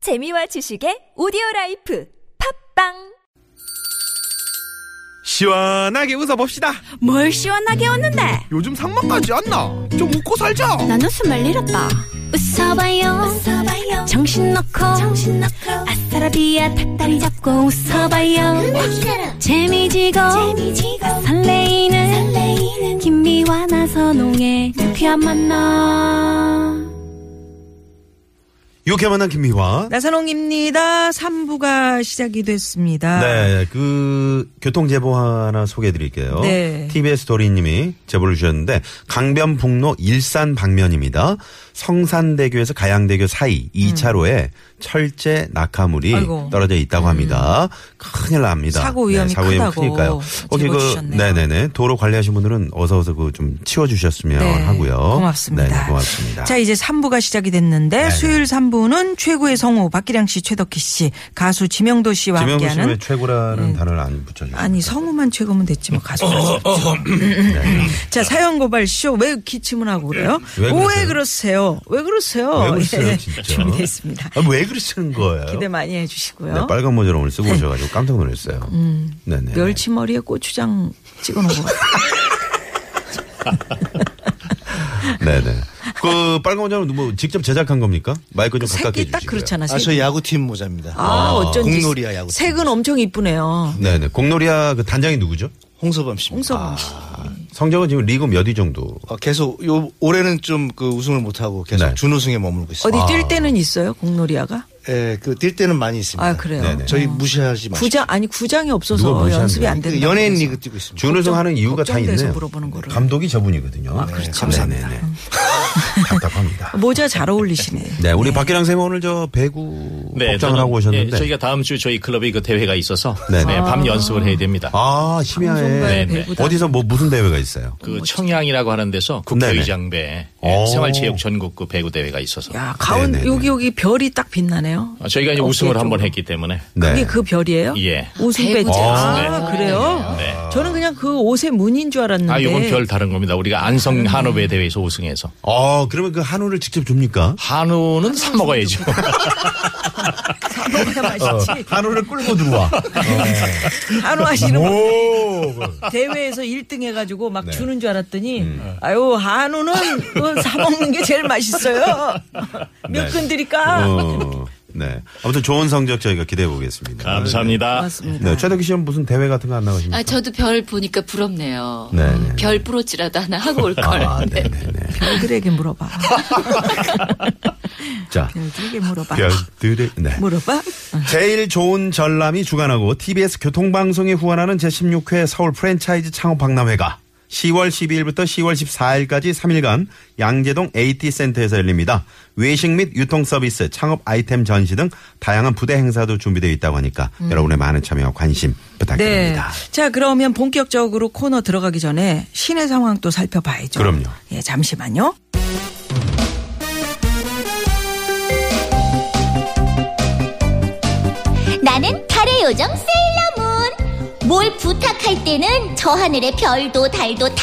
재미와 지식의 오디오 라이프 팝빵 시원하게 웃어봅시다. 뭘 시원하게 웃는데 요즘 상만까지 안 나. 좀 웃고 살자. 난 웃음을 잃었다 웃어봐요, 웃어봐요. 정신 놓고 아싸라비아 닭다리 잡고 웃어봐요 재미지고, 설레이는, 김미와 나선홍의 유쾌한 만남 이렇게 만난 김미화. 나선홍입니다. 3부가 시작이 됐습니다. 네, 그 교통 제보 하나 소개해드릴게요. 네. TBS 도리님이 제보를 주셨는데 강변북로 일산 방면입니다. 성산대교에서 가양대교 사이 2차로에 철제 낙하물이 아이고. 떨어져 있다고 합니다. 큰일 납니다. 네, 사고 위험이 사고 위험 크다고 크니까요. 혹시 제보 그 주셨네요. 네네네 도로 관리하신 분들은 어서 어서 그 좀 치워주셨으면 네, 하고요. 고맙습니다. 네, 고맙습니다. 자, 이제 3부가 시작이 됐는데 네, 수요일 3부는 최고의 성우 박기량 씨, 최덕희 씨, 가수 지명도 씨와 지명도 씨 왜 함께하는 예. 최고라는 단어를 안 붙여주고? 아니 성우만 최고면 됐지 뭐 어, 가수가 자 사연 고발 쇼 왜 기침을 하고 그래요? 왜 그러세요? 왜 그러세요? 왜왜 그러세요? 그러세요, 예, 진짜? 준비되어 있습니다. 아, 왜 그러시는 거예요? 기대 많이 해주시고요. 네, 빨간 모자를 오늘 쓰고 오셔가지고 깜짝 놀랐어요. 음. 네네. 멸치머리에 고추장 찍어놓은 것 같아요. 네네. 그 빨간 모자는 뭐 직접 제작한 겁니까? 마이크 좀 가깝게 색이 해주시고요. 딱 그렇잖아. 아, 색이. 저 야구팀 모자입니다. 아, 어쩐지 공놀이야, 야구. 색은 엄청 이쁘네요. 네네. 공놀이야 그 단장이 누구죠? 홍서범 씨입니다. 아. 홍서범 씨. 성적은 지금 리그 몇 위 정도? 아, 계속 요 올해는 좀 그 우승을 못 하고 계속 네. 준우승에 머물고 어디 있습니다. 아. 뛸 때는 있어요? 공놀이야가? 예, 그 뛸 때는 많이 있습니다. 아, 그래요? 네네. 저희 무시하지 마시고. 구장 아니 구장이 누가 없어서 무시하는 연습이 거예요? 안 그 된다. 연예인 리그 뛰고 있습니다. 준우승 하는 이유가 다 걱정돼서 있네요. 물어보는 거를. 아, 그렇죠. 감독이 저분이거든요. 네, 감사합니다. 네네네. 답답합니다. 모자 잘 음. 어울리시네. 네, 우리 박기랑 쌤 오늘 저 배구 복장을 네, 저는, 하고 오셨는데. 예, 저희가 다음 주 저희 클럽이 그 대회가 있어서 네네. 네, 밤 연습을 해야 됩니다. 아, 심야에 방송가의 네, 네. 배구단. 어디서 뭐 무슨 대회가 있어요? 그 청양이라고 하는 데서 국회의장배 오. 예, 생활체육 전국구 배구 대회가 있어서 야 가운 네네네. 여기 여기 별이 딱 빛나네요. 아, 저희가 이제 어깨 우승을 한번 쪽으로. 했기 때문에 네. 그게 그 별이에요? 예. 우승 배지. 아 그래요? 네. 저는 그냥 그 옷의 무늬인 줄 알았는데. 아, 요건 별 다른 겁니다. 우리가 안성 한우배 대회에서 우승해서 어, 그러면 그 한우를 직접 줍니까? 한우는 사 먹어야죠. 먹어야 맛있지. 그 한우를 끌고 들어와. 한우하시는 분 오. 대회에서 1등 해가지고 네. 막 주는 줄 알았더니 음. 아유 한우는 그사 먹는 게 제일 맛있어요. 몇 네. 근 드릴까? 어, 네. 아무튼 좋은 성적 저희가 기대해 보겠습니다. 감사합니다. 맞습니다. 네. 최덕기 씨는 무슨 대회 같은 거 안 나가십니까? 아, 저도 별 보니까 부럽네요. 네, 네, 네. 별 부러지라도 하나 하고 올 걸. 아, 네, 네, 네. 별들에게 물어봐. 자. 별들에게 물어봐. 별들의 네. 물어봐. 제일 좋은 전람이 주관하고 TBS 교통방송에 후원하는 제16회 서울 프랜차이즈 창업박람회가 10월 12일부터 10월 14일까지 3일간 양재동 AT센터에서 열립니다. 외식 및 유통 서비스, 창업 아이템 전시 등 다양한 부대 행사도 준비되어 있다고 하니까 여러분의 많은 참여와 관심 음. 네. 부탁드립니다. 자 그러면 본격적으로 코너 들어가기 전에 시내 상황 또 살펴봐야죠. 그럼요. 예 잠시만요. 나는 달의 요정 세일러문. 뭘 부탁할 때는 저 하늘의 별도 달도 다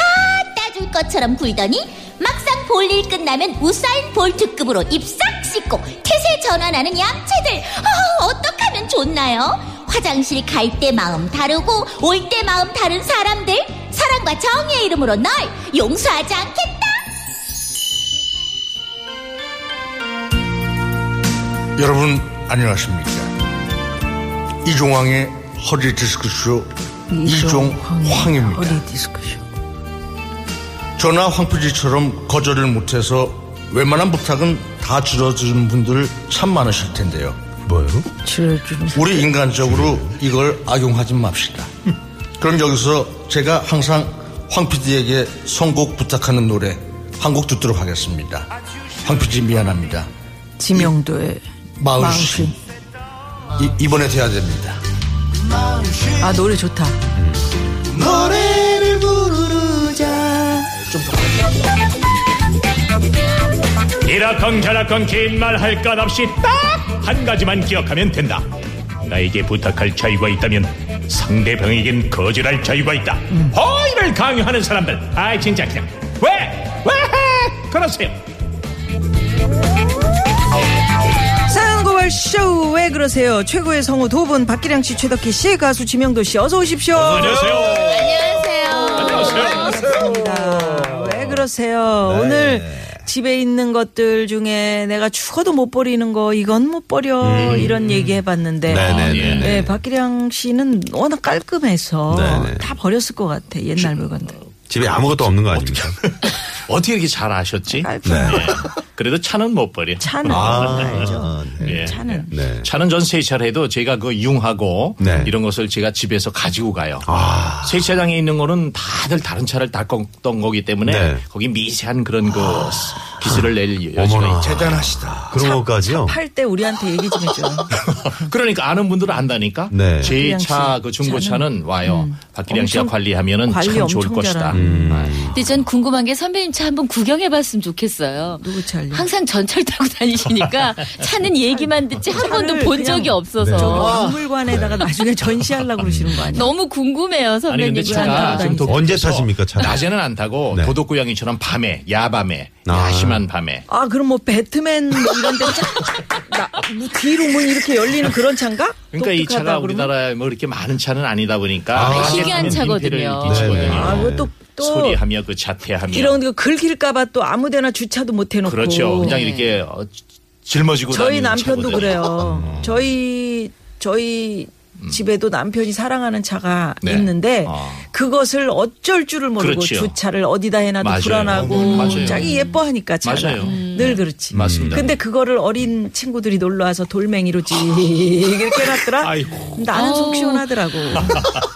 따줄 것처럼 굴더니 막상 볼일 끝나면 우사인 볼트급으로 입싹 씻고 태세 전환하는 얌체들. 아, 어떡하면 좋나요? 화장실 갈 때 마음 다르고 올 때 마음 다른 사람들. 사랑과 정의의 이름으로 널 용서하지 않겠다. 여러분 안녕하십니까 이종황의 허리 디스크쇼 이종황입니다 허리 디스크쇼. 저나 황피디처럼 거절을 못해서 웬만한 부탁은 다 줄여주는 분들 참 많으실 텐데요 뭐요? 줄여주는. 우리 인간적으로 이걸 악용하지 맙시다 그럼 여기서 제가 항상 황피디에게 선곡 부탁하는 노래 한 곡 듣도록 하겠습니다 황피디 미안합니다 지명도의 마흔신 이- 이번에 돼야 됩니다 아 노래 좋다. 노래를 부르자 이라컹 저라컹 긴 말 할 것 없이 딱 한 가지만 기억하면 된다. 나에게 부탁할 자유가 있다면 상대방에겐 거절할 자유가 있다. 허위를 강요하는 사람들, 아 진짜 그냥 왜? 왜? 그러세요? 사연고발 쇼 왜 그러세요? 최고의 성우 두 분 박기량 씨, 최덕희 씨, 가수 지명도 씨 어서 오십시오. 어. 반갑습니다. 왜 그러세요? 네. 오늘 집에 있는 것들 중에 내가 죽어도 못 버리는 거 이건 못 버려 이런 얘기 해봤는데 음. 네네네. 네, 박기량 씨는 워낙 깔끔해서 네네. 어, 다 버렸을 것 같아 옛날 물건들. 집에 아무것도 없는 거 아닙니까? 어떻게 이렇게 잘 아셨지? 깔끔해. 예. 그래도 차는 못 버려. 차는 네. 아, 예. 차는. 네. 차는 전 세차례도 제가 그 이용하고 네. 아. 이런 것을 제가 집에서 가지고 가요. 세차장에 있는 거는 다들 다른 차를 닦았던 거기 때문에 네. 아. 거기 미세한 그런 그 기술을 낼 여지가 어머나. 있죠. 대단하시다. 그런 것까지요? 팔 때 우리한테 얘기 좀 해줘. 그러니까 아는 분들은 안다니까. 네. 제 박기량 씨, 음. 차 그 중고차는 와요. 박기량 씨가 엄청 관리하면은 관리 참 좋을 엄청 것이다. 아. 잘하는 음. 근데 전 궁금한 게 선배님 차 한번 구경해봤으면 좋겠어요. 누구 차려? 항상 전철 타고 다니시니까 차는 얘기만 듣지 한 번도 본 적이 없어서 박물관에다가 네. 나중에 전시하려고 그러시는 거 아니에요? 너무 궁금해요 아니 선배님. 그러니까. 근데 차가 지금 돌아다니죠. 도쿄에서 언제 타십니까, 차를? 낮에는 안 타고 네. 도둑고양이처럼 밤에 야밤에 아. 야심한 밤에 아 그럼 뭐 배트맨 뭐 이런 데쫙뭐 뒤로 문 이렇게 열리는 그런 차인가? 그러니까 이 차가 독특하다 그러면? 우리나라에 뭐 이렇게 많은 차는 아니다 보니까 아, 낮에 희귀한 타면 차거든요. 민폐를 끼치거든요. 네네. 아, 그것도 또 소리하며 그 자태하며 이런 거 긁힐까봐 또 아무데나 주차도 못 해놓고. 그렇죠. 그냥 이렇게 어, 짊어지고 저희 다니는 어. 남편도 차거든요. 그래요. 저희 저희 집에도 남편이 사랑하는 차가 음. 네. 있는데 아. 그것을 어쩔 줄을 모르고 그렇죠. 주차를 어디다 해놔도 맞아요. 불안하고 음, 맞아요. 자기 예뻐하니까 차가 맞아요. 음. 늘 네. 그렇지. 맞습니다. 근데 그거를 어린 친구들이 놀러 와서 돌멩이로 지 이렇게 해놨더라. 아이고. 나는 속 아우. 시원하더라고.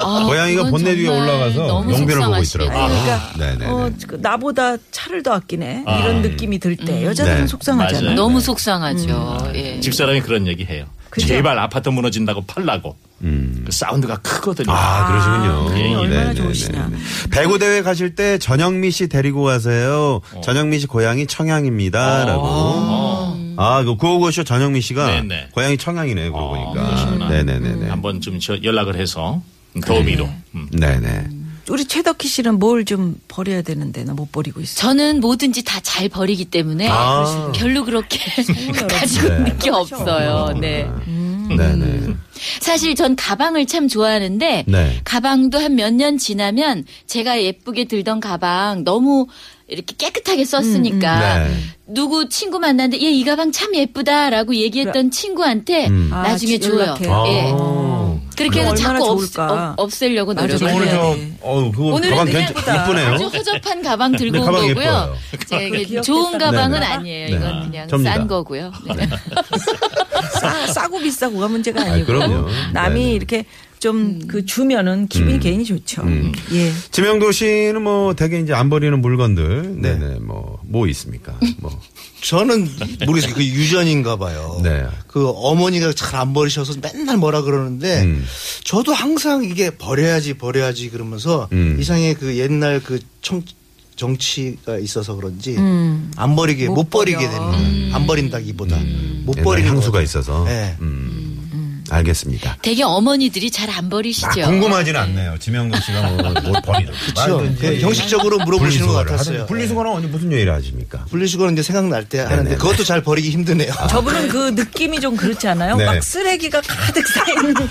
아, 고양이가 본네 위에 올라가서 용변을 보고 있더라고요. 그러니까 네네. 예. 어, 그 나보다 차를 더 아끼네 이런 느낌이 들 때 여자들은 네. 속상하잖아. 맞아요. 요 너무 속상하죠. 예. 집사람이 그런 얘기 해요. 그죠? 제발 아파트 무너진다고 팔라고. 그 사운드가 크거든요. 음. 아, 그러시군요. 예, 예. 얼마나 네네네네. 좋으시냐. 배구 대회 가실 때 전영미 씨 데리고 가세요. 전영미 씨 고향이 청양입니다라고. 어. 아, 그 구호고쇼 전영미 씨가 네네. 아, 음, 고향이 청양이네 그러고 보니까. 네네네네. 어, 네. 한번 좀 저- 연락을 해서 더미로. 음. 네네. 우리 최덕희 씨는 뭘 좀 버려야 되는데 나 못 버리고 있어. 저는 뭐든지 다 잘 버리기 때문에 아. 네. 별로 그렇게 가지고 있는 게 없어요. 그렇죠. 네. 네네. 사실 전 가방을 참 좋아하는데 네. 가방도 한 몇 년 지나면 제가 예쁘게 들던 가방 너무 이렇게 깨끗하게 썼으니까 네. 누구 친구 만났는데 얘 이 가방 참 예쁘다라고 얘기했던 친구한테 아, 나중에 지- 줘요. 연락해요? 예. 음. 아. 그렇게 해서 얼마나 자꾸 없, 좋을까. 없, 없애려고 맞아, 노력을 오늘 해요. 좀, 어, 그거 오늘은 가방 그냥 굉장히 이쁘네요. 아주 허접한 가방 들고 네, 온 가방 거고요. 예뻐요. 제가 이게 좋은 가방은 네네. 아니에요. 네. 이건 그냥 접니다. 싼 거고요. 네. 싸, 싸고 비싸고가 문제가 아이, 아니고 그럼요. 남이 네네. 음. 이렇게 좀 음. 그 주면은 기분이 괜히 좋죠. 예. 지명도 씨는 뭐 되게 이제 안 버리는 물건들. 네네. 뭐, 뭐 있습니까? 뭐. 저는 모르겠어요. 그 유전인가 봐요. 네. 그 어머니가 잘 안 버리셔서 맨날 뭐라 그러는데 음. 저도 항상 이게 버려야지 버려야지 그러면서 음. 이상해 그 옛날 그 청, 정치가 있어서 그런지 안 버리게 음. 못, 음. 못 버리게 버려. 됩니다. 안 버린다기보다 못 음. 옛날 버리는 향수가 거죠. 있어서. 네. 음. 알겠습니다. 되게 어머니들이 잘 안 버리시죠. 아, 궁금하진 않네요. 지명도 씨가 뭐, 뭘 버리는. 그렇죠. 그 형식적으로 물어보시는 것 같았어요. 네. 분리수거는 언제 무슨 요일을 하십니까? 분리수거는 이제 생각날 때 하는데 네네네. 아. 그것도 잘 버리기 힘드네요. 저분은 그 느낌이 좀 그렇지 않아요? 네. 막 쓰레기가 가득 쌓인 그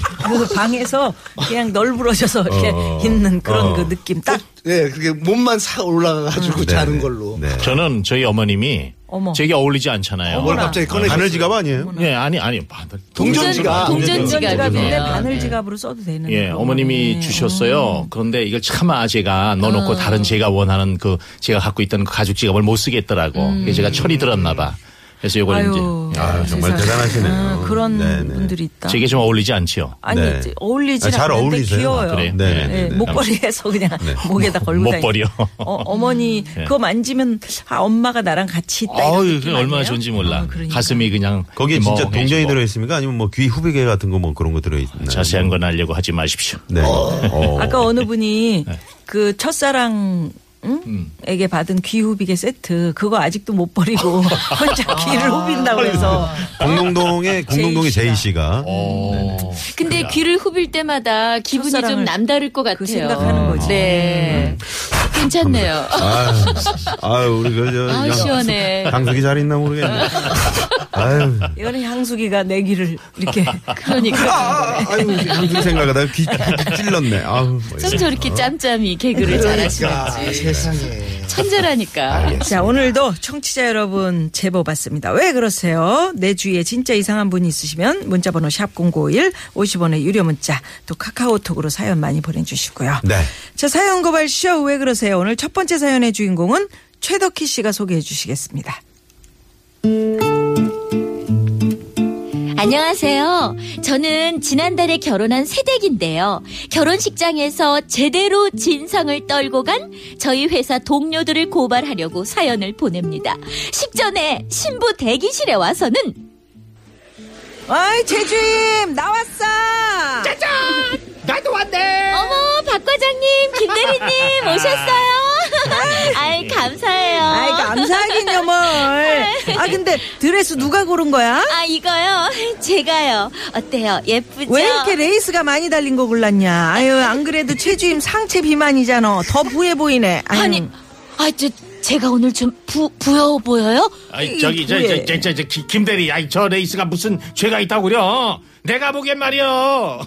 방에서 그냥 널브러져서 이렇게 어. 있는 그런 어. 그 느낌 딱 네, 그게 몸만 사 올라가가지고 음. 자는 네네. 걸로. 네. 저는 저희 어머님이 어머. 제게 어울리지 않잖아요. 뭘 갑자기 꺼내? 바늘 지갑 아니에요? 예, 아니 아니. 바늘. 동전지가. 동전 지갑인데 지갑이네요. 바늘 지갑으로 써도 되는. 예, 그런 어머님이 거네. 주셨어요. 그런데 이걸 참 아재가 넣어놓고 다른 제가 원하는 그 제가 갖고 있던 그 가죽 지갑을 못 쓰겠더라고. 그래서 제가 철이 들었나 봐. 그래서 요걸 아유, 이제 아, 정말 세상에. 대단하시네요. 네, 아, 그런 네네. 분들이 있다. 제게 좀 어울리지 않지요. 아니 네. 어울리지 아, 잘 않는데 어울리세요. 귀여워요. 아, 그래요? 네. 예, 네. 네. 목걸이에서 그냥 목에다 걸고 못 다니는. 버려. 어, 어머니 그거 만지면 아 엄마가 나랑 같이 있다. 이런 네. 아유, 느낌 그게 얼마나 아니에요? 좋은지 몰라. 어, 그러니까. 가슴이 그냥 뭐 거기에 뭐, 진짜 멍해지고. 네. 동전이 들어있습니까? 아니면 뭐 귀 후비계 같은 거 뭐 그런 거 들어있나요? 자세한 건 알려고 하지 마십시오. 네. 어. 아까 어느 분이 네. 그 첫사랑 응? 음. 에게 받은 귀 후비게 세트 그거 아직도 못 버리고 혼자 귀를 아. 후빈다고 그래서 공동동의 공동동의 제이 제이 씨가. 씨가 어. 근데 귀를 후빌 때마다 기분이 좀 첫사랑을 남다를 것 같아요. 그 생각하는 거지. 네. 괜찮네요. 아유, 아유 우리 그저 아우, 시원해. 강석이 잘 있나 모르겠네. 아유, 이거는 향수기가 내 귀를 이렇게 아, 아, 아유 강석 생각하다가 귀 찔렀네. 아유, 뭐 좀 어, 이런. 저렇게 짬짬이 개그를 잘하시는지. 천재라니까. 자, 오늘도 청취자 여러분 제보 받습니다. 왜 그러세요? 내 주위에 진짜 이상한 분이 있으시면 문자번호 샵0951 50원의 유료 문자 또 카카오톡으로 사연 많이 보내주시고요. 네. 자, 사연 고발쇼 왜 그러세요? 오늘 첫 번째 사연의 주인공은 최덕희 씨가 소개해 주시겠습니다. 안녕하세요. 어, 저는 지난달에 결혼한 새댁인데요. 결혼식장에서 제대로 진상을 떨고 간 저희 회사 동료들을 고발하려고 사연을 보냅니다. 식전에 신부 대기실에 와서는 아이, 제주임! 나왔어! 짜잔! 나도 왔네. 어머, 박 과장님, 김 대리님 오셨어요. 아이 감사해요. 아이, 감사하긴요, 뭘. 아, 근데 드레스 누가 고른 거야? 아 이거요 제가요 어때요 예쁘죠? 왜 이렇게 레이스가 많이 달린 거 골랐냐? 아유, 안 그래도 최주임 상체 비만이잖아. 더 부해 보이네. 아유. 아니 아저 제가 오늘 좀 부 부여워 보여요? 아이 저기 저저저저김 대리, 아이 저 레이스가 무슨 죄가 있다고 그려? 내가 보기엔 말이요.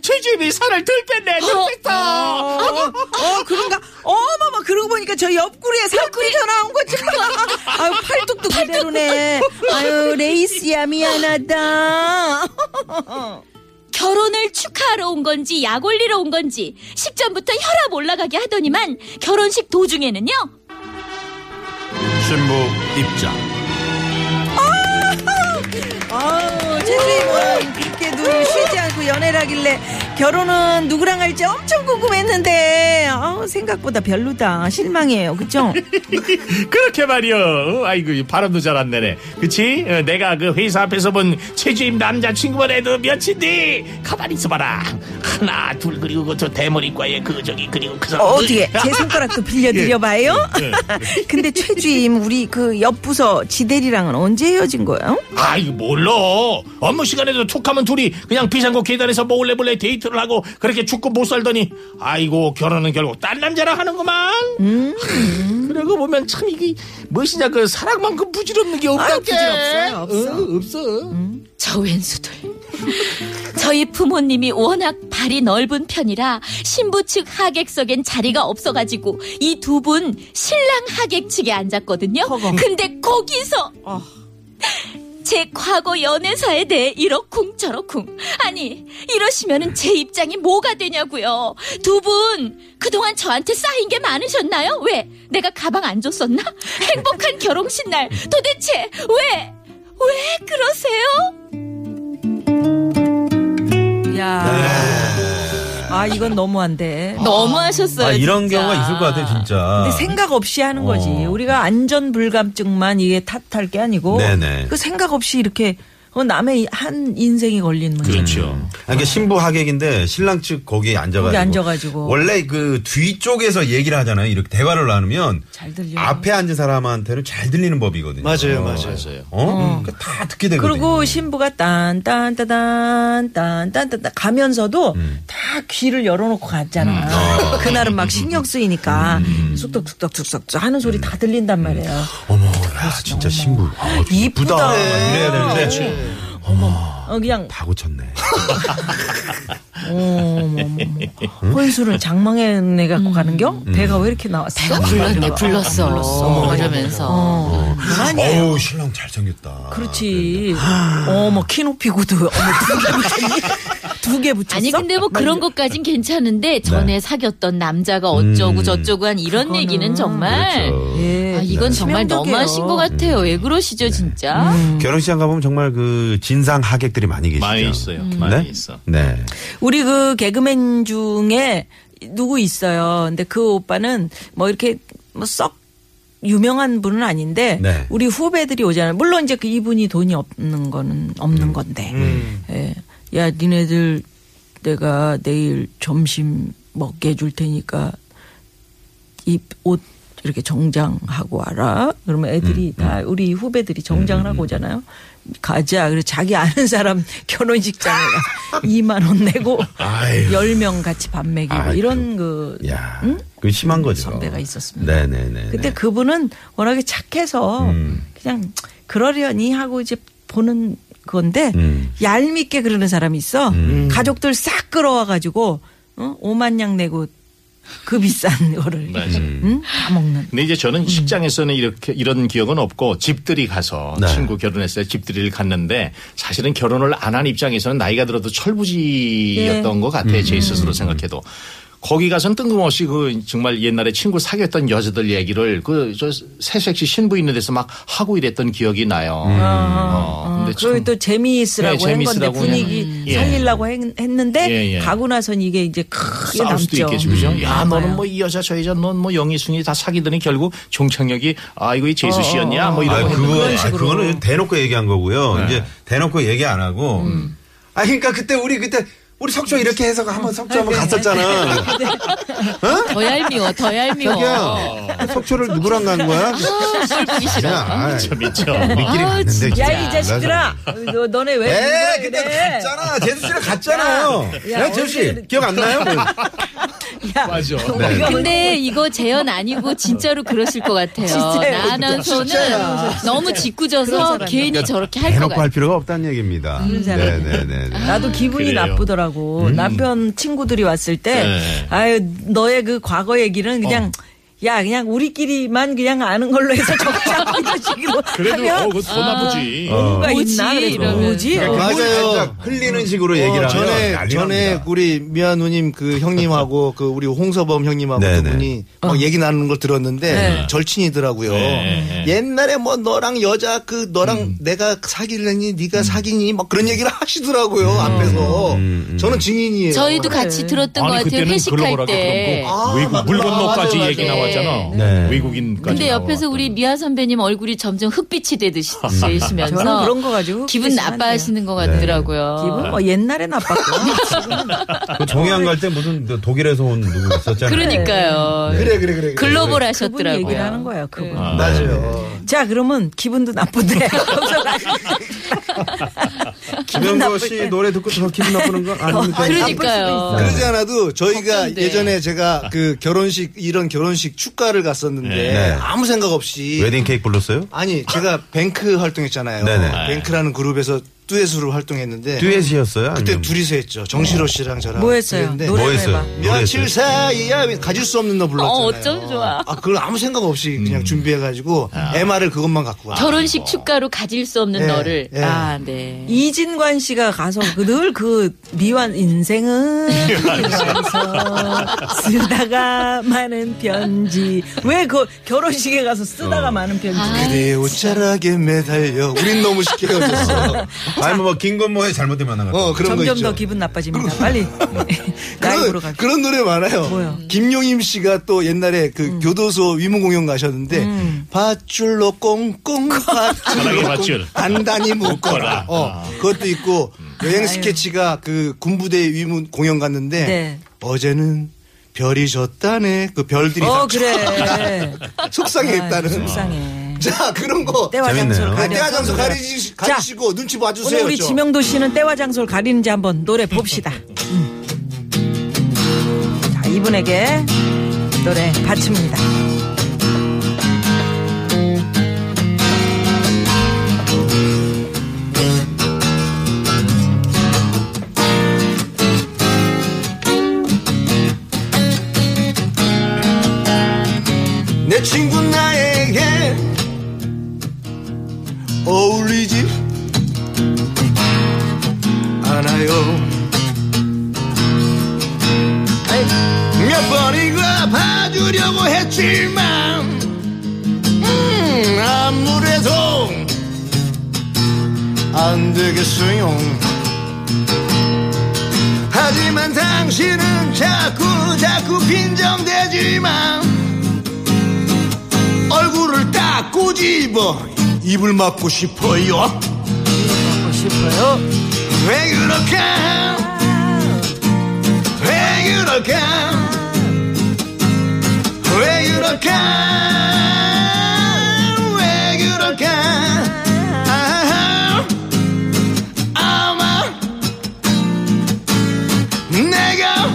최주임이 살을 들 뺐네, 들 어, 뺐어. 어, 그런가? 어머머, 뭐, 그러고 보니까 저 옆구리에 살구리 전화 온 거지. 아유, 팔뚝도 그대로네. 아유, 레이스야, 미안하다. 결혼을 축하하러 온 건지 약 올리러 온 건지 식전부터 혈압 올라가게 하더니만 결혼식 도중에는요 신부 입장. 아유, 최수임 어, 오늘 깊게 눈 쉬지 않고 연애를 하길래 결혼은 누구랑 할지 엄청 궁금했는데, 아우, 생각보다 별로다. 실망이에요. 그쵸? 그렇게 말이요. 어, 아이고 이 바람도 잘 안 내네. 그치? 어, 내가 그 회사 앞에서 본 최주임 남자친구만 해도 며칠 뒤 가만히 있어봐라. 하나 둘 그리고 그저 대머리과에 그 저기 그리고 그 사람 뭐, 어, 예. 어떻게 제 손가락도 빌려드려봐요. 근데 최주임 우리 그 옆부서 지대리랑은 언제 헤어진 거예요? 아이 몰라 업무 시간에도 툭하면 둘이 그냥 비상구 계단에서 몰래 몰래 데이트를 하고 그렇게 죽고 못 살더니 아이고 결혼은 결국 딴 남자랑 하는구만 음. 그러고 보면 참 이게 무엇이냐 그 사랑만큼 부질없는 게 아유, 없다게 부질없어요, 음. 없어. 어, 없어 저 왼수들 저희 부모님이 워낙 발이 넓은 편이라 신부 측 하객석엔 자리가 없어가지고 이 두 분 신랑 하객 측에 앉았거든요 근데 거기서 제 과거 연애사에 대해 이러쿵 저러쿵 아니 이러시면은 제 입장이 뭐가 되냐고요 두 분 그동안 저한테 쌓인 게 많으셨나요? 왜 내가 가방 안 줬었나? 행복한 결혼식 날 도대체 왜 왜 그러세요? 야. 아, 이건 너무한데. 너무하셨어요. 아 이런 진짜. 경우가 있을 것 같아 진짜. 네, 근데 생각 없이 하는 거지. 어. 우리가 안전 불감증만 이게 탓할 게 아니고 네네. 그 생각 없이 이렇게 어, 남의 한 인생이 걸린 문제. 음. 아니, 그러니까 신부 하객인데 신랑 측 거기에 앉아가지고. 거기 앉아가지고. 원래 그 뒤쪽에서 얘기를 하잖아요. 이렇게 대화를 나누면 잘 들려. 앞에 앉은 사람한테는 잘 들리는 법이거든요. 맞아요, 맞아요. 어? 그러니까 다 듣게 되거든요. 그리고 신부가 딴딴따단딴딴따단 가면서도 음. 다 귀를 열어놓고 갔잖아. 그날은 막 신경 쓰이니까 음. 쑥덕쑥덕쑥덕 하는 소리 다 들린단 말이에요. 어머, 야 진짜 신부. 아, 이쁘다. 음. 이쁘다. 이래야 되는데 어, 그냥 다 고쳤네. 혼수를 장망해 내갖고 가는겨? 배가 왜 이렇게 나왔어? 음. 배가 아, 불렀네, 아, 불렀어. 이러면서. 어, 아니에요. 어우 아. 신랑 잘생겼다. 그렇지. 어머 키 높이고도 어머 두개 붙였어. 네. 아니 근데 뭐 그런 것까진 괜찮은데 전에 네. 사귀었던 남자가 음. 어쩌고 저쩌고 한 이런 얘기는 정말 그렇죠. 예. 아, 이건 정말 치명적이에요. 너무하신 것 같아요. 왜 네. 그러시죠 진짜? 음. 결혼식장 가보면 정말 그 진상 하객들이 많이 계시죠. 음. 많이 있어요 네? 많이 있어 네. 우리 그 개그맨 중에 누구 있어요. 근데 그 오빠는 뭐 이렇게 뭐 썩 유명한 분은 아닌데 네. 우리 후배들이 오잖아요. 물론 이제 그 이분이 돈이 없는 거는 없는 건데. 예. 야 니네들 내가 내일 점심 먹게 해줄 테니까 이 옷 이렇게 정장하고 와라. 그러면 애들이 음, 다 우리 후배들이 정장을 하고 오잖아요. 가자. 그래서 자기 아는 사람 결혼식장에 2만 원 내고 아유. 10명 같이 밥 먹이고 아이고. 이런 그 야, 그 심한 거죠. 음, 선배가 있었습니다. 네네네. 음. 근데 그분은 워낙에 착해서 그냥 그러려니 하고 이제 보는 건데 음. 얄밉게 그러는 사람이 있어. 가족들 싹 끌어와 가지고 어? 5만 양 내고 그 비싼 거를 맞아. 응? 다 먹는. 근데 이제 저는 음. 식장에서는 이렇게 이런 기억은 없고 집들이 가서 네. 친구 결혼했을 때 집들이를 갔는데 사실은 결혼을 안 한 입장에서는 나이가 들어도 철부지였던 예. 것 같아요. 음. 제 스스로 생각해도. 거기 가서는 뜬금없이 그 정말 옛날에 친구 사귀었던 여자들 얘기를 그 저 새색시 신부 있는 데서 막 하고 이랬던 기억이 나요. 음. 어, 근데 아, 그걸 참- 또 재미있으라고 네, 한 건데 재미있으라고 분위기 예. 살리려고 했- 했는데 예, 예. 가고 나선 이게 이제 크게 싸울 남죠. 수도 음. 있겠죠, 음. 그죠? 야, 남아요. 너는 뭐 이 여자 저 여자, 넌 뭐 영희순이 다 사귀더니 결국 종착역이 아이고 이 어, 제수 씨였냐, 뭐 이런 아, 거 그거, 했는데. 아, 그거는 대놓고 얘기한 거고요. 네. 이제 대놓고 얘기 안 하고. 음. 아, 그러니까 그때 우리 그때 우리 석조 이렇게 해서 한번 석조 한번 네, 갔었잖아. 더 얄미워, 더 얄미워. 어. 자기야, 석조를 누구랑 간 거야? 꼴 보기 싫어. 그냥, 아이, 미쳐, 미쳐. 우리끼리 아, 갔는데. 진짜. 야, 이 자식들아. 너, 너네 왜. 에, 그래? 근데 예, 갔잖아. 재수 씨랑 갔잖아요. 야, 야, 재수 어디에- 씨, 기억 안 나요? 뭐. 야, 맞아. 네. 근데 이거 재현 아니고 진짜로 그러실 것 같아요. 진짜예요, 나 아나운서는 너무 짓궂어서 괜히 저렇게 할 것 대놓고 같아요. 할 필요가 없다는 얘기입니다. 사람. 네네네. 나도 기분이 그래요. 음. 나쁘더라고. 남편 친구들이 왔을 때, 네. 어. 아유, 너의 그 과거 얘기는 그냥, 야, 그냥 우리끼리만 그냥 아는 걸로 해서 적자. 이런 식으로 그래도 하면 어, 그거 더 아. 나쁘지. 어. 뭐가 뭐지? 있나? 그래서 이러면서. 뭐지? 어. 맞아요. 흘리는 식으로 얘기를 하면 어, 전에 난리 전에 납니다. 우리 미아 누님 그 형님하고 그 우리 홍서범 형님하고 네, 두 네. 분이 막 얘기 나누는 걸 들었는데 절친이더라고요. 네, 네. 옛날에 뭐 너랑 여자 그 너랑 음. 내가 사귀려니 네가 사귀니 막 그런 얘기를 하시더라고요 음. 앞에서. 저는 증인이에요. 네. 저희도 같이 들었던 것 같아요. 회식할 때. 아, 외국 맞다. 물 건너까지 맞아, 얘기 맞아. 나왔잖아. 네. 외국인까지. 근데 옆에서 나왔던. 우리 미아 선배님 얼굴이 점점 흑빛이 되듯이 되시면서 아, 저는 그런 거 가지고 기분 흑빛이 나빠하시는 것 네. 같더라고요. 기분 뭐 옛날에 나빴고. 그 정해안 갈 때 무슨 그 독일에서 온 누구 있었잖아요. 네. 그러니까요. 그래 그래 그래. 그래. 글로벌 네. 그분 하셨더라고요. 얘기를 하는 거예요, 그분. 아, 네. 맞아요. 자, 그러면 기분도 나쁜데. 김영도 씨 노래 듣고 더 기분 나쁘는 건 어, 아닙니까? 네. 그러니까요. 그러지 않아도 저희가 걱정돼. 예전에 제가 그 결혼식 이런 결혼식 축가를 갔었는데 네. 아무 생각 없이 웨딩 케이크 불렀어요? 아니 제가 뱅크 활동했잖아요. 네네. 뱅크라는 그룹에서 듀엣으로 네. 활동했는데 듀엣이었어요? 그때 아니면 둘이서 했죠. 정신호 씨랑 저랑. 뭐 했어요? 그랬는데 아, 노래 뭐 해봐. 했어요? 노래 며칠 했어요? 사이야 가질 수 없는 너 불렀잖아요. 어, 어쩜 좋아. 아 그걸 아무 생각 없이 음. 그냥 준비해가지고 아. MR을 그것만 갖고 와. 결혼식 축가로 가질 수 없는 예, 너를. 예. 아, 네. 이진관 씨가 가서 늘 그 미완 인생은 그래서 쓰다가 많은 편지 왜 그 결혼식에 가서 어. 쓰다가 많은 편지 아. 그대 옷자락에 매달려. 우린 너무 쉽게 헤어졌어. 아니 뭐 김건모의 잘못된 만남 같은 어 거. 그런 거 점점 있죠. 더 기분 나빠집니다. 빨리 네. 라이브로 그런, 갑시다. 그런 노래 많아요. 음. 뭐요? 음. 김용임 씨가 또 옛날에 그 교도소 위문 공연 가셨는데 밧줄로 꽁꽁 밧줄로 사랑의 꽁- 밧줄. 단단히 묶어라. 묶어라. 아. 어, 그것도 있고 음. 여행 스케치가 그 군부대 위문 공연 갔는데 네. 어제는 별이 졌다네. 그 별들이 어 다 그래 속상해했다는. 아유, 속상해. 자 그런 거. 때와 재밌네요. 장소를 아, 아, 가려. 때와 장소 가리지 자, 가리시고 눈치 봐주세요. 오늘 우리 저. 지명도 씨는 때와 장소를 가리는지 한번 노래 봅시다. 음. 자, 이분에게 노래 바칩니다. 내 친구 나에게 어울리지 않아요. 몇 번인가 봐주려고 했지만, 음, 아무래도 안 되겠어요. 하지만 당신은 자꾸, 자꾸 빈정대지만, 얼굴을 딱 꼬집어 입을 막고 싶어요 하고 싶어요. 왜 그렇게 왜 그렇게 왜 그럴까 왜 그럴까 아하, 아마 내가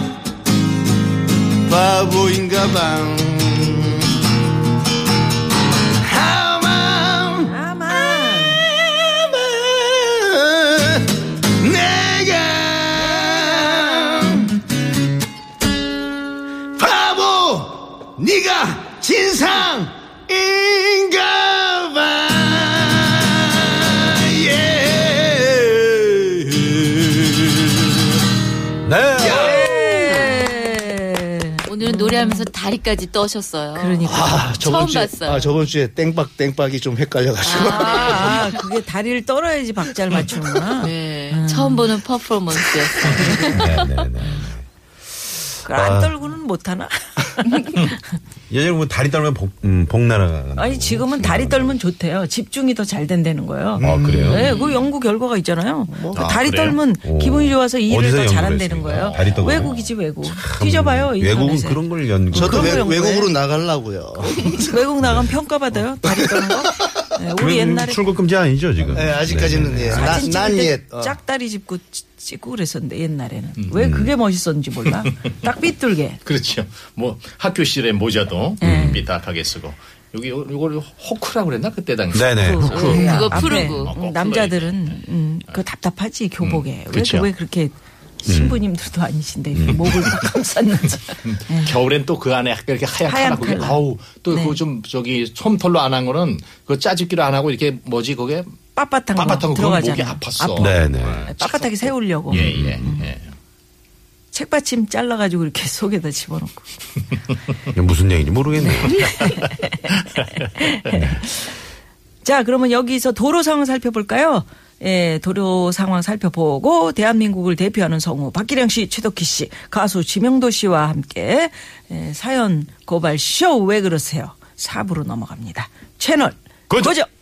바보인가 봐 아마 아마 내가 바보 네가 진상인가 봐 예. 네. 예. 오늘은 노래하면서 다리까지 떠셨어요. 그러니까. 아, 저번 처음 주에, 봤어요. 아, 저번 주에 땡박 땡박이 좀 헷갈려가지고. 아, 아, 그게 다리를 떨어야지 박자를 맞추는구나. 네. 처음 보는 퍼포먼스였어요. 네, 그걸 아. 안 떨고는 못하나? 예전에 뭐 다리 떨면 복, 음, 복 날아가. 아니, 지금은 다리 떨면 좋대요. 집중이 더 잘 된다는 거예요. 아, 그래요? 네, 그 연구 결과가 있잖아요. 뭐? 그 다리 그래요? 떨면 오. 기분이 좋아서 일을 어디서 더 연구를 잘한다는 했습니까? 거예요. 다리 떨고. 외국이지 외국. 뒤져봐요. 외국은 인터넷에. 그런 걸 연구. 저도 그런 외, 거 연구해. 외국으로 나가려고요. 외국 나가면 평가받아요. 다리 떠는 거. 네, 그 우리 옛날에 출국 금지 아니죠 지금? 네, 예, 아직까지는 예. 나, 사진 난 찍을 옛. 때 어. 짝다리 짚고 찌- 찍고 그랬었는데 옛날에는 음. 왜 그게 멋있었는지 몰라. 딱 삐뚤게. 그렇죠. 뭐 학교실에 모자도 네. 음. 삐딱하게 쓰고 여기 요- 요거를 호크라고 그랬나 그때 당시. 네네. 그, 예, 그거 앞에 푸르고. 어, 거꾸로 남자들은 음, 그 답답하지 교복에 왜, 그쵸. 왜 그렇게 신부님들도 아니신데 이렇게 목을 딱 감쌌는지. 네. 겨울엔 또 그 안에 이렇게 하얀 하얗게 그게 컬러. 아우 또 네. 그거 좀 저기 솜털로 안 한 거는 그 짜집기로 안 하고 이렇게 뭐지 그게 빳빳한 거 빳빳한 거 그건 목이 들어가잖아. 아팠어. 아파. 네네. 빳빳하게 뭐. 세우려고 예예 예. 음, 예. 책받침 잘라가지고 이렇게 속에다 집어넣고. 이게 무슨 얘기인지 모르겠네요. 자, 그러면 여기서 도로 상황 살펴볼까요? 예, 도로 상황 살펴보고 대한민국을 대표하는 성우 박기량 씨, 최덕희 씨, 가수 지명도 씨와 함께 예, 사연 고발 쇼 왜 그러세요? 4부로 넘어갑니다. 채널 고정.